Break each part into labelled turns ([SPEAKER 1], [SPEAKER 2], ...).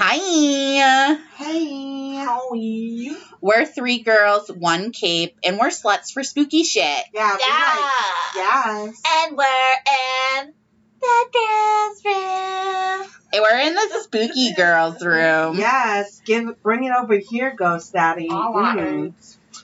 [SPEAKER 1] Hi.
[SPEAKER 2] Hey, how are you?
[SPEAKER 1] We're three girls, one cape, and we're sluts for spooky shit.
[SPEAKER 2] Yeah, we like, yes.
[SPEAKER 3] And we're in the girls' room.
[SPEAKER 1] And we're in the spooky girls room.
[SPEAKER 2] Yes, give bring it over here, Ghost Daddy.
[SPEAKER 3] All right.
[SPEAKER 2] Mm.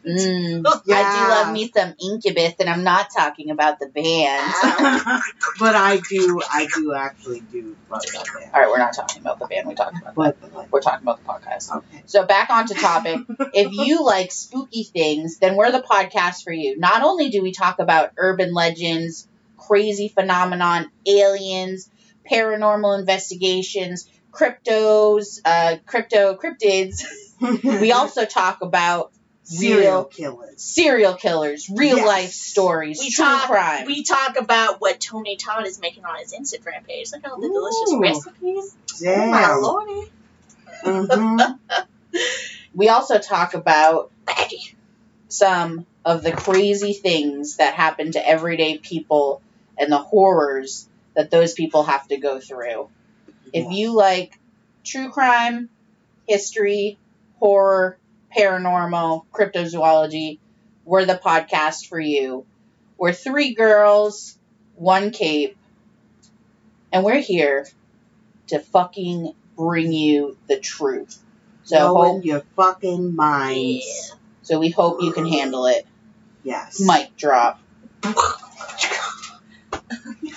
[SPEAKER 1] Mm. I do
[SPEAKER 2] Yeah.
[SPEAKER 1] love me some Incubus, and I'm not talking about the band.
[SPEAKER 2] But I do, I do actually do love that band.
[SPEAKER 1] All right, we're not talking about the band. We talked about
[SPEAKER 2] But, but, like,
[SPEAKER 1] we're talking about the podcast.
[SPEAKER 2] okay.
[SPEAKER 1] So back onto topic. if you like spooky things, then we're the podcast for you. Not only do we talk about urban legends, crazy phenomenon, aliens, paranormal investigations, cryptos, uh, crypto cryptids, we also talk about
[SPEAKER 2] serial
[SPEAKER 1] real
[SPEAKER 2] killers.
[SPEAKER 1] serial killers, real
[SPEAKER 2] Yes.
[SPEAKER 1] life stories,
[SPEAKER 3] We
[SPEAKER 1] true
[SPEAKER 3] talk-
[SPEAKER 1] crime.
[SPEAKER 3] We talk about what Tony Todd is making on his Instagram page. Look at all the delicious
[SPEAKER 2] Ooh.
[SPEAKER 3] recipes. Oh
[SPEAKER 2] Damn.
[SPEAKER 3] my lordy.
[SPEAKER 2] Mhm.
[SPEAKER 1] we also talk about
[SPEAKER 3] Baggy.
[SPEAKER 1] some of the crazy things that happen to everyday people and the horrors that those people have to go through. If you like true crime, history, horror, paranormal, cryptozoology, we're the podcast for you. We're three girls, one cape, and we're here to fucking bring you the truth. So,
[SPEAKER 2] Blowing
[SPEAKER 1] hope,
[SPEAKER 2] your fucking minds.
[SPEAKER 3] Yeah.
[SPEAKER 1] so we hope you can handle it.
[SPEAKER 2] Yes.
[SPEAKER 1] Mic drop.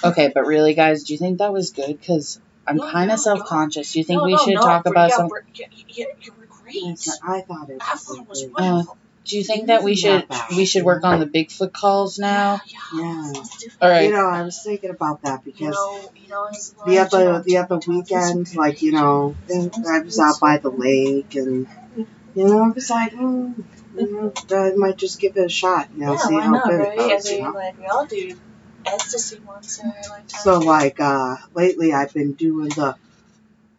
[SPEAKER 1] Okay, but really, guys, do you think that was good? Because I'm
[SPEAKER 3] No,
[SPEAKER 1] kind
[SPEAKER 3] no,
[SPEAKER 1] of
[SPEAKER 3] no.
[SPEAKER 1] self conscious. You think
[SPEAKER 3] No,
[SPEAKER 1] we
[SPEAKER 3] no,
[SPEAKER 1] should
[SPEAKER 3] no,
[SPEAKER 1] talk
[SPEAKER 3] we're-
[SPEAKER 1] about
[SPEAKER 3] yeah,
[SPEAKER 1] some?
[SPEAKER 3] we're- yeah, yeah, you were great.
[SPEAKER 2] I thought it
[SPEAKER 3] I
[SPEAKER 2] was,
[SPEAKER 3] thought it was
[SPEAKER 2] good.
[SPEAKER 3] wonderful.
[SPEAKER 1] Do you think that we should
[SPEAKER 2] Not bad.
[SPEAKER 1] we should work on the Bigfoot calls now?
[SPEAKER 3] Yeah.
[SPEAKER 2] Yeah.
[SPEAKER 3] Let's do it.
[SPEAKER 1] All right.
[SPEAKER 2] You know, I was thinking about that
[SPEAKER 3] You
[SPEAKER 2] because
[SPEAKER 3] know, you know, his
[SPEAKER 2] the
[SPEAKER 3] lunch, you know,
[SPEAKER 2] other the other
[SPEAKER 3] Tony Todd's
[SPEAKER 2] weekend,
[SPEAKER 3] food.
[SPEAKER 2] like you know, I was out by the lake, and you know, I was like, mm, you know, I might just give it a shot. You know,
[SPEAKER 3] yeah,
[SPEAKER 2] see
[SPEAKER 3] why
[SPEAKER 2] how
[SPEAKER 3] not,
[SPEAKER 2] good
[SPEAKER 3] right?
[SPEAKER 2] it goes.
[SPEAKER 3] I mean,
[SPEAKER 2] you know?
[SPEAKER 3] like, we all do ecstasy once in our lifetime.
[SPEAKER 2] So like uh, lately, I've been doing the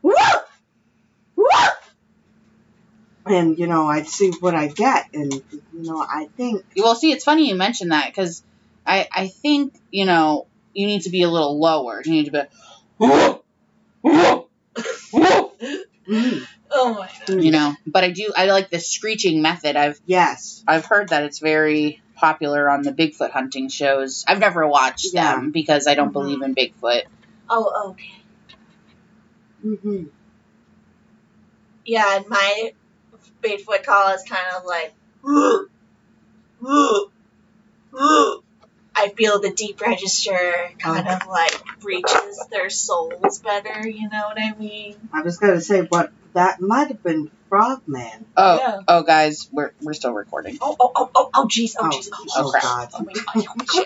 [SPEAKER 2] woof woof, and you know, I'd see what I get, and you know, I think
[SPEAKER 1] Well, see, it's funny you mentioned that because I I think you know you need to be a little lower. You need to be.
[SPEAKER 2] mm,
[SPEAKER 3] oh my
[SPEAKER 1] You know, but I do. I like the screeching method. I've
[SPEAKER 2] yes,
[SPEAKER 1] I've heard that it's very popular on the Bigfoot hunting shows. I've never watched them because I don't
[SPEAKER 3] Mhm.
[SPEAKER 1] believe in Bigfoot.
[SPEAKER 3] Oh, okay.
[SPEAKER 2] hmm
[SPEAKER 3] Yeah, and my Bigfoot call is kind of like, I feel the deep register kind of like breaches their souls better, you know what I mean?
[SPEAKER 2] I was gonna say, what that might have been Frogman.
[SPEAKER 1] Oh,
[SPEAKER 3] Yeah.
[SPEAKER 1] oh, guys, we're we're still recording.
[SPEAKER 3] Oh, oh, oh, oh, oh, jeez, oh,
[SPEAKER 2] Oh,
[SPEAKER 3] jeez.
[SPEAKER 2] oh,
[SPEAKER 1] crap.
[SPEAKER 2] God.
[SPEAKER 3] Oh my god, oh, shit.